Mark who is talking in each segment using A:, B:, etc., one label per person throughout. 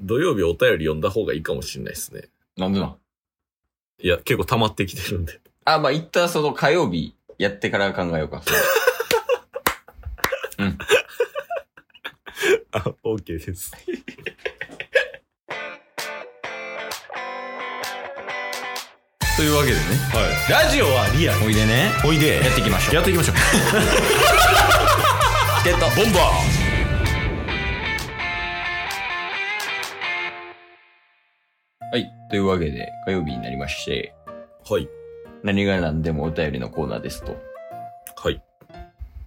A: 土曜日お便り読んだ方がいいかもしれないですね。
B: なんでなん
A: いや、結構溜まってきてるんで。
B: あ、まあ、一旦その火曜日やってから考えようか。それ
A: あ、OK です。
B: というわけでね、
A: はい。ラジオはリアル。
B: おいでね、
A: おいで
B: やっていきましょう。
A: っていきましょう。
B: チケット、
A: ボンバ
B: はい。というわけで、火曜日になりまして、
A: ーはい。
B: 何が何でもお便りのコーナーですと。
A: はい。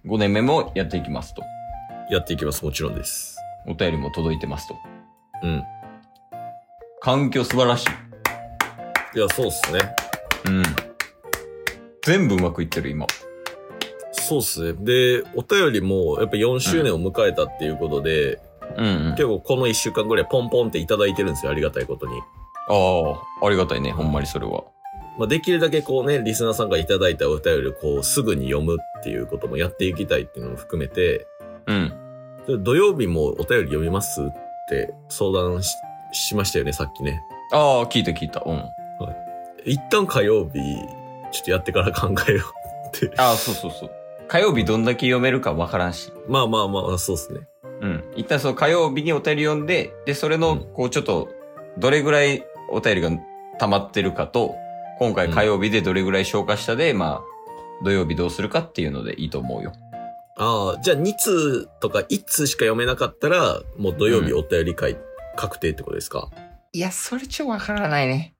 B: 5年目もやっていきますと。
A: やっていきます。もちろんです。
B: お便りも届いてますと。
A: うん。
B: 環境素晴らしい。
A: いや、そうっすね。
B: うん。全部うまくいってる、今。
A: そうっすね。で、お便りも、やっぱ4周年を迎えたっていうことで、
B: うん、うん。
A: 結構この1週間ぐらいポンポンっていただいてるんですよ。ありがたいことに。
B: ああ、ありがたいね、ほんまにそれは。
A: まあ、できるだけこうね、リスナーさんからいただいたお便りをこう、すぐに読むっていうこともやっていきたいっていうのも含めて、
B: うん。
A: ちょっと土曜日もお便り読みますって相談ししましたよね、さっきね。
B: ああ、聞いた聞いた。うん。
A: 一旦火曜日、ちょっとやってから考えようって。
B: ああ、そうそうそう。火曜日どんだけ読めるかわからんし。
A: まあまあまあ、そう ですね。
B: うん。一旦その火曜日にお便り読んで、で、それの、
A: うん
B: こう、ちょっと、どれぐらいお便りが溜まってるかと、今回火曜日でどれぐらい消化したで、まあ、土曜日どうするかっていうのでいいと思うよ。
A: ああ、じゃあ2通とか1通しか読めなかったら、もう土曜日
B: う
A: お便り会確定ってことですか、
B: いや、それちょっとわからないね。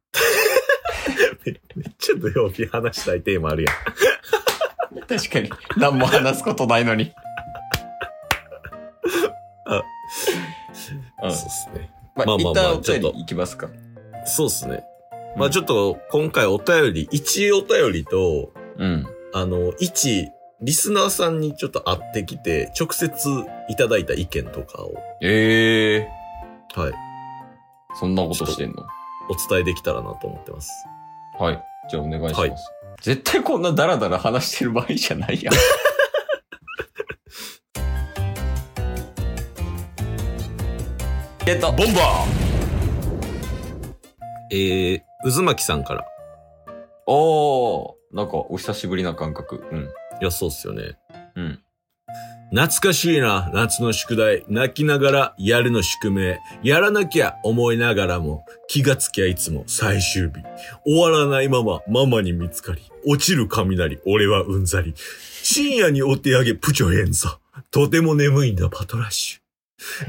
A: めっちゃ土曜日話したいテーマあるやん。
B: 確かに。何も話すことないの に。
A: あ
B: うん。
A: そうですね。
B: まあ、
A: まあまあ
B: 一
A: まあ
B: 旦お便
A: ちょっと
B: りいきますか。
A: そうですね。
B: うん
A: まあちょっと今回お便り、1お便りと、
B: うん。
A: あの、1、リスナーさんにちょっと会ってきて、直接いただいた意見とかを、
B: ええ
A: はい、
B: ー、そんなことしてんの
A: お伝えできたらなと思ってます。
B: はい。じゃあお願いします。
A: はい
B: 絶対こんなダラダラ話してる場合じゃない やん。えっと、
A: ボンバーえー、渦巻さんから。
B: おー、なんかお久しぶりな感覚。うん。
A: いや、そうっすよね。
B: うん。
A: 懐かしいな、夏の宿題。泣きながらやるの宿命。やらなきゃ思いながらも、気がつきゃいつも最終日。終わらないまま、ママに見つかり。落ちる雷、俺はうんざり。深夜にお手上げ、プチョヘンザ。とても眠いんだ、パトラッシュ。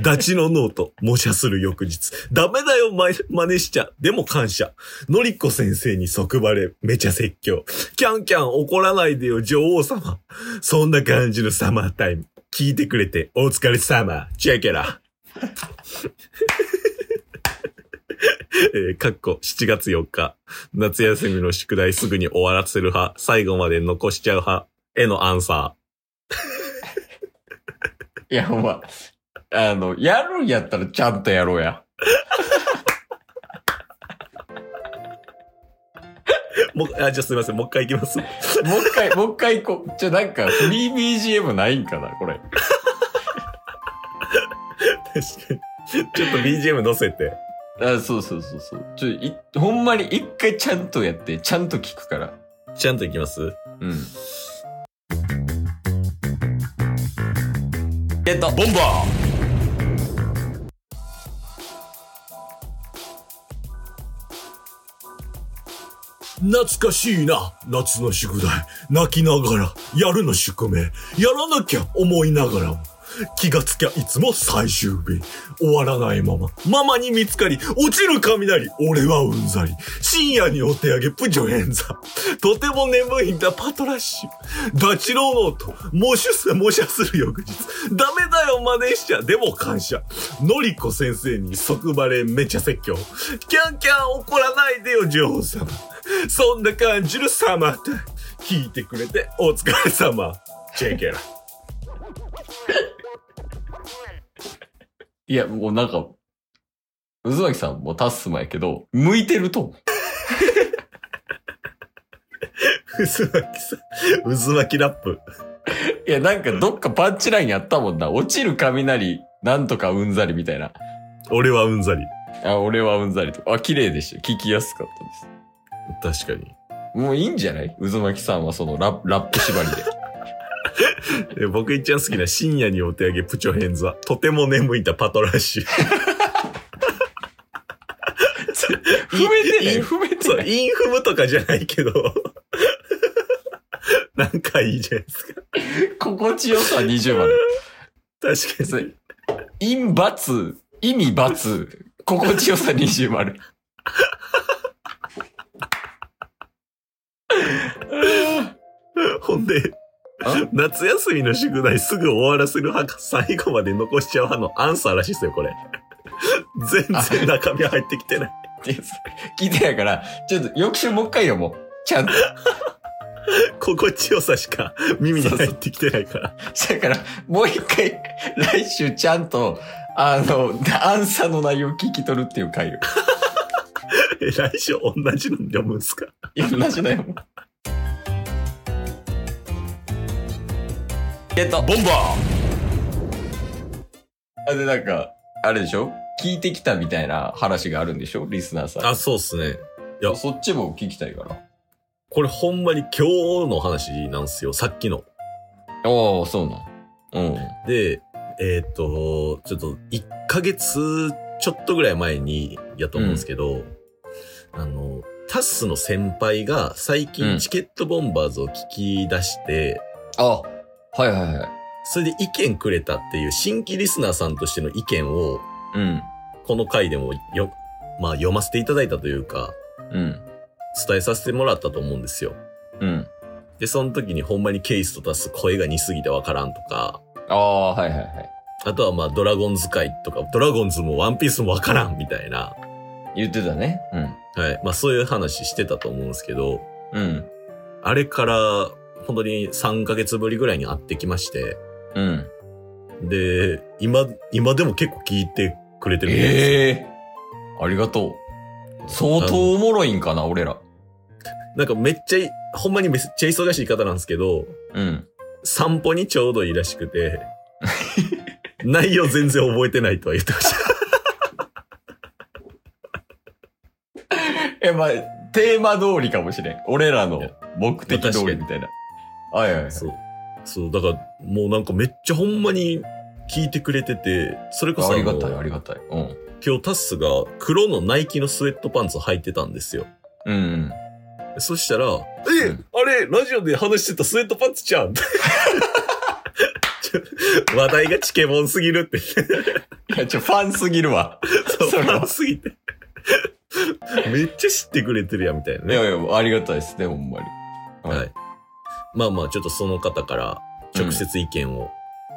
A: ダチのノート、模写する翌日。ダメだよ、ま、真似しちゃ。でも感謝。のりっこ先生に即バレ、めちゃ説教。キャンキャン怒らないでよ、女王様。そんな感じのサマータイム。聞いてくれてお疲れ様。チェケラ。 えー、かっこ7月4日。夏休みの宿題すぐに終わらせる派。最後まで残しちゃう派。へのアンサ
B: いや、ほんま、あの、やるんやったらちゃんとやろうや。
A: ー。もう、あ、じゃあすいません。もう一回行きます。
B: もう 一回、もう一回行こう。じゃ、なんか、フリー BGM ないんかな、これ。
A: 確かに。ちょっと BGM 乗せて。
B: あ、そうそうそうそう。ちょ、い、ほんまに一回ちゃんとやって、ちゃんと聞くから。
A: ちゃんと行きます
B: うん。ゲット
A: ボンバー懐かしいな夏の宿題泣きながらやるの宿命やらなきゃ思いながらも気がつきゃいつも最終日終わらないままママに見つかり落ちる雷俺はうんざり深夜にお手上げプジョエンザとても眠いんだパトラッシュダチローノーと模写す模写する翌日ダメだよ真似しちゃでも感謝のりこ先生に即バレめちゃ説教キャンキャン怒らないでよ女王様そんな感じるサマータイム聞いてくれてお疲れ様チェケラ
B: いや、もうなんか、渦巻さんもタッスマやけど、向いてると思う。
A: 渦巻きさん渦巻きラップ
B: いや、なんかどっかパンチラインやったもんな。落ちる雷、なんとかうんざりみたいな。
A: 俺はうんざり。
B: あ、俺はうんざりと。あ、綺麗でした。聞きやすかったです。
A: 確かに。
B: もういいんじゃない渦巻さんはそのララップ縛りで。
A: え僕一番好きな深夜にお手上げプチョヘンザ。とても眠いたパトラッシュ。
B: 踏め てない
A: い
B: 踏めて
A: そ
B: な
A: う、
B: い
A: インフムとかじゃないけど。 なんかいいじゃないですか。
B: 心地よさ20まで。
A: 確かに。
B: そう陰罰、意味罰、心地よさ20丸。
A: ほんで
B: あ、
A: 夏休みの宿題すぐ終わらせる派か最後まで残しちゃう派のアンサーらしいですよ、これ。全然中身入ってきてない。
B: いやそ れ聞いてないから、ちょっと翌週もう一回読もう。ちゃんと。
A: 心地よさし か耳に入ってきてないから。
B: だから、もう一回、来週ちゃんと、あの、アンサーの内容を聞き取るっていう回を。
A: え来週同じの読むんすか
B: いや、同じだよ。えっと、
A: ボンバ
B: あで、なんか、あれでしょ聞いてきたみたいな話があるんでしょリスナーさん。
A: あ、そうっすね。いや
B: そっちも聞きたいから。
A: これほんまに今日の話なんすよ、さっきの。
B: ああ、そうなん。うん。
A: で、えーっ、と、ちょっと、1ヶ月ちょっとぐらい前に、やと思うんですけど、あの、タッスの先輩が最
B: う
A: 近
B: ん
A: チケットボンバーズを聞き出して、
B: あ、はいはいはい。
A: それで意見くれたっていう新規リスナーさんとしての意見を、
B: うん。
A: この回でもよ、まあ読ませていただいたというか、
B: うん。
A: 伝えさせてもらったと思うんですよ。
B: うん。
A: で、その時にほんまにケイスとタス声が似すぎてわからんとか、
B: ああ、はいはいはい。
A: あとはまあドラゴンズ界とか、ドラゴンズもワンピースもわからんみたいな、
B: 言ってたね。うん。
A: はい。まあそういう話してたと思うんですけど、
B: うん。
A: あれから本当に3ヶ月ぶりぐらいに会ってきまして、
B: うん。
A: で、今、今でも結構聞いてくれてるみたいですよ
B: ええありがとう。相当おもろいんかな、俺ら。
A: なんかめっちゃい、ほんまにめっちゃ忙しい方なんですけど、
B: うん。
A: 散歩にちょうどいいらしくて、内容全然覚えてないとは言ってました。
B: え、まあ、テーマ通りかもしれん。俺らの目的通りみたいな。はいはいはい。
A: そう。そう、だからもうなんかめっちゃほんまに聞いてくれてて、それこそ
B: あ
A: の
B: りがたい、ありがたい。うん。
A: 今日タッスが黒のナイキのスウェットパンツ履いてたんですよ。
B: うん。
A: そしたら、
B: う
A: え
B: ん、
A: あれ、ラジオで話してたスウェットパンツちゃんちょ 話題がチケモンすぎるって。
B: いや、ちょ、ファンすぎるわ。
A: そう、
B: それ は
A: ファンすぎて。めっちゃ知ってくれてるやん、みたいないね。
B: やいや、ありがたいですね、ほんまに。
A: はい。まあまあ、ちょっとその方から直接意見を、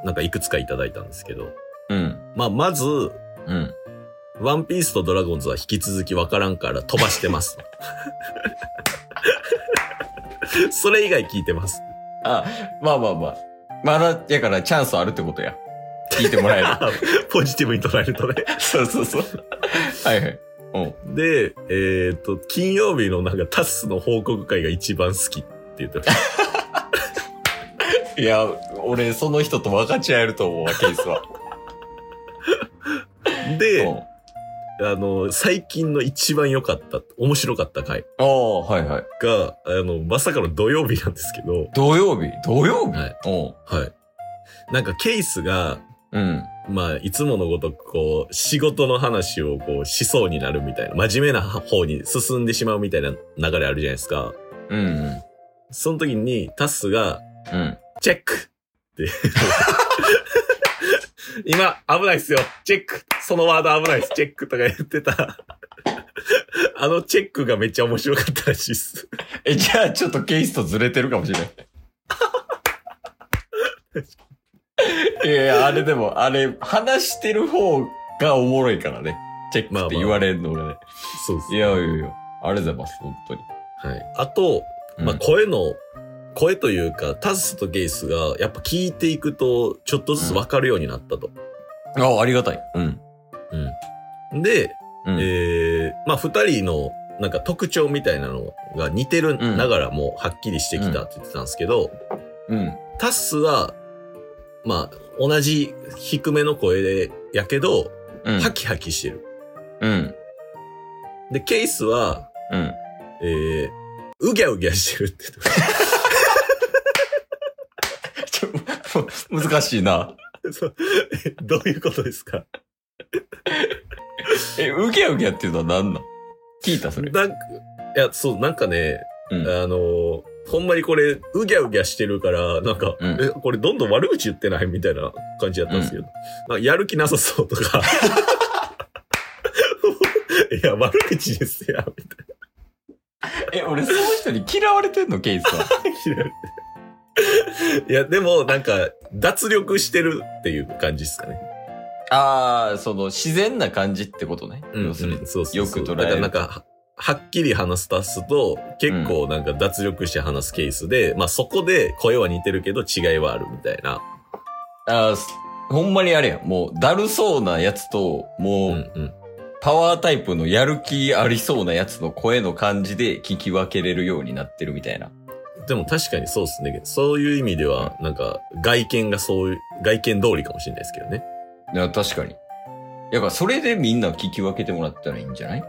A: なんかいくつかいただいたんですけど。
B: うん。
A: まあ、まず、
B: うん。
A: ワンピースとドラゴンズは引き続きわからんから飛ばしてます。 それ以外聞いてます。
B: あ、まあまあまあ。まだ、やからチャンスあるってことや。聞いても らえる。
A: あポジティブに捉えるとね。
B: そうそうそう。はいはい。うん。
A: で、えっ、と、金曜日のなんかタスの報告会が一番好きって言ってま した。
B: いや、俺、その人と分かち合えると思うわ、ケース は。
A: で、あの、最近の一番良かった、面白かった回
B: ああ、はいはい。
A: が、あの、まさかの土曜日なんですけど、
B: 土曜日土曜日
A: はい
B: おう
A: はい。なんかケースが、
B: うん。
A: まあ、いつものごとく、こう、仕事の話を、こう、しそうになるみたいな、真面目な方に進んでしまうみたいな流れあるじゃないですか。
B: うん。うん。
A: その時に、タスが、
B: うん。
A: チェックって。今、危ないっすよ。チェック。そのワード危ないっす。チェックとか言ってた。あのチェックがめっちゃ面白かったらしいっす。
B: え、じゃあ、ちょっとケースとずれてるかもしれない。いやいや、あれでも、あれ、話してる方がおもろいからね。チェックって言われるの俺ね。
A: そうです
B: いやいやいや、ありがとうございます、本当に。
A: はい。あと、まあ、
B: うん
A: 声の、声というか、タスとゲイスが、やっぱ聞いていくと、ちょっとずつわかるようになったと。
B: あ、ありがたい。うん。
A: うん。で、
B: うん。
A: えー、まあ、二人の、なんか特徴みたいなのが似てるながらも、はっきりしてきたって言ってたんですけど、
B: うん。
A: タッスは、まあ、同じ低めの声で、やけど、
B: うん
A: ハキハキしてる。
B: うん。
A: で、ケイスは、
B: うん。
A: えー、うぎゃうぎゃしてるってとこ。
B: ちょ、 もう難しいな。
A: そうえどういうことですか
B: え、ウキャウキャっていうのは何なん聞いたそれ。
A: なんか、いや、そう、なんかね、
B: うん。
A: あのーほんまにこれ、うぎゃうぎゃしてるから、なんか、
B: うん
A: え、これどんどん悪口言ってないみたいな感じだったんですけど、なんかやる気なさそうとか。 いや、悪口ですよ、み
B: え、俺その人に嫌われてんのケイスは。
A: たいな。いや、でも、なんか、脱力してるっていう感じですかね。
B: ああ、その自然な感じってことね。
A: うん、
B: 要するに
A: うん。そうそうそう
B: よく捉える
A: だからなんか、ははっきり話すタスと、結構なんか脱力して話すケースで、まあそこで声は似てるけど違いはあるみたいな。
B: ああ、すほんまにあれやん。もう、だるそうなやつと、もう、
A: うんうん。
B: パワータイプのやる気ありそうなやつの声の感じで聞き分けれるようになってるみたいな。
A: でも確かにそうですね。そういう意味では、なんか、外見がそういう、外見通りかもしれないですけどね。
B: いや、確かに。やっぱそれでみんな聞き分けてもらったらいいんじゃない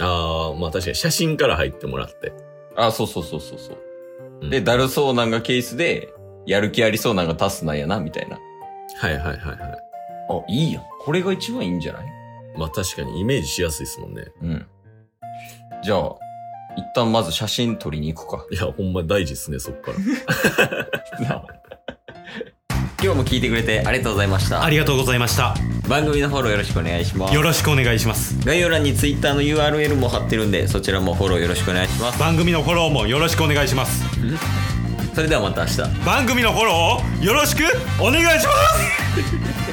A: ああ、まあ確かに写真から入ってもらって。
B: あ、そうそうそうそうそう。
A: うん
B: で、だるそうなんがケースで、やる気ありそうなんがタスなんやな、みたいな。
A: はいはいはいはい。
B: あ、いいやん。これが一番いいんじゃない
A: まあ確かにイメージしやすいですもんね。
B: うん。じゃあ、一旦まず写真撮りに行くか。
A: いや、ほんま大事ですね、そっから。
B: 今日も聞いてくれてありがとうございまし た
C: あ。りがとうございました
B: 番組のフォローよろしくお願いします
C: よ。ろしくお願いします
B: 概要欄に Twitter の URL も貼ってるんで、そちらもフォローよろしくお願いします。
C: 番組のフォローもよろしくお願いします
B: それではまた明日。
C: 番組のフォローをよろしくお願いします